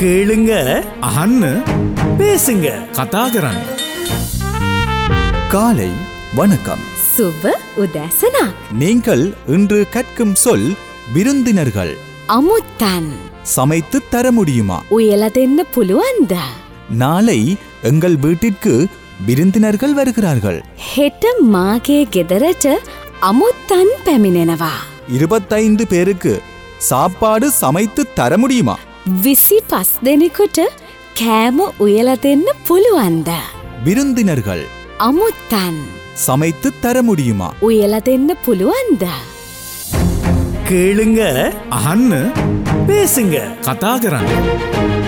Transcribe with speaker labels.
Speaker 1: கேளுங்க
Speaker 2: අහන්න
Speaker 1: பேசுங்க
Speaker 2: කතා කරන්න.
Speaker 3: காலை வணக்கம்
Speaker 4: සුබ උදැසනක්
Speaker 3: நீங்கள் இன்று கற்கும் சொல் விருந்தினர்கள்
Speaker 4: අමුත්තන්
Speaker 3: சமைத்து தர முடியுமா
Speaker 4: උයල දෙන්න පුළුවන්ද.
Speaker 3: நாளை எங்கள் வீட்டிற்கு விருந்தினர்கள் வருகிறார்கள்
Speaker 4: හෙට මාගේ ගෙදරට අමුත්තන් පැමිණෙනවා.
Speaker 3: இருபத்தைந்து பேருக்கு சாப்பாடு சமைத்து தர முடியுமா
Speaker 4: විසි පස් දෙනෙකුට කෑම උයල දෙන්න පුළුවන්ද.
Speaker 3: விருந்தினர்கள்
Speaker 4: අමුත්තන්
Speaker 3: சமைத்து தர முடியுமா
Speaker 4: උයල දෙන්න පුළුවන්ද.
Speaker 1: கேளுங்க
Speaker 2: අහන්න
Speaker 1: பேசுங்க
Speaker 2: කතා කරන්න.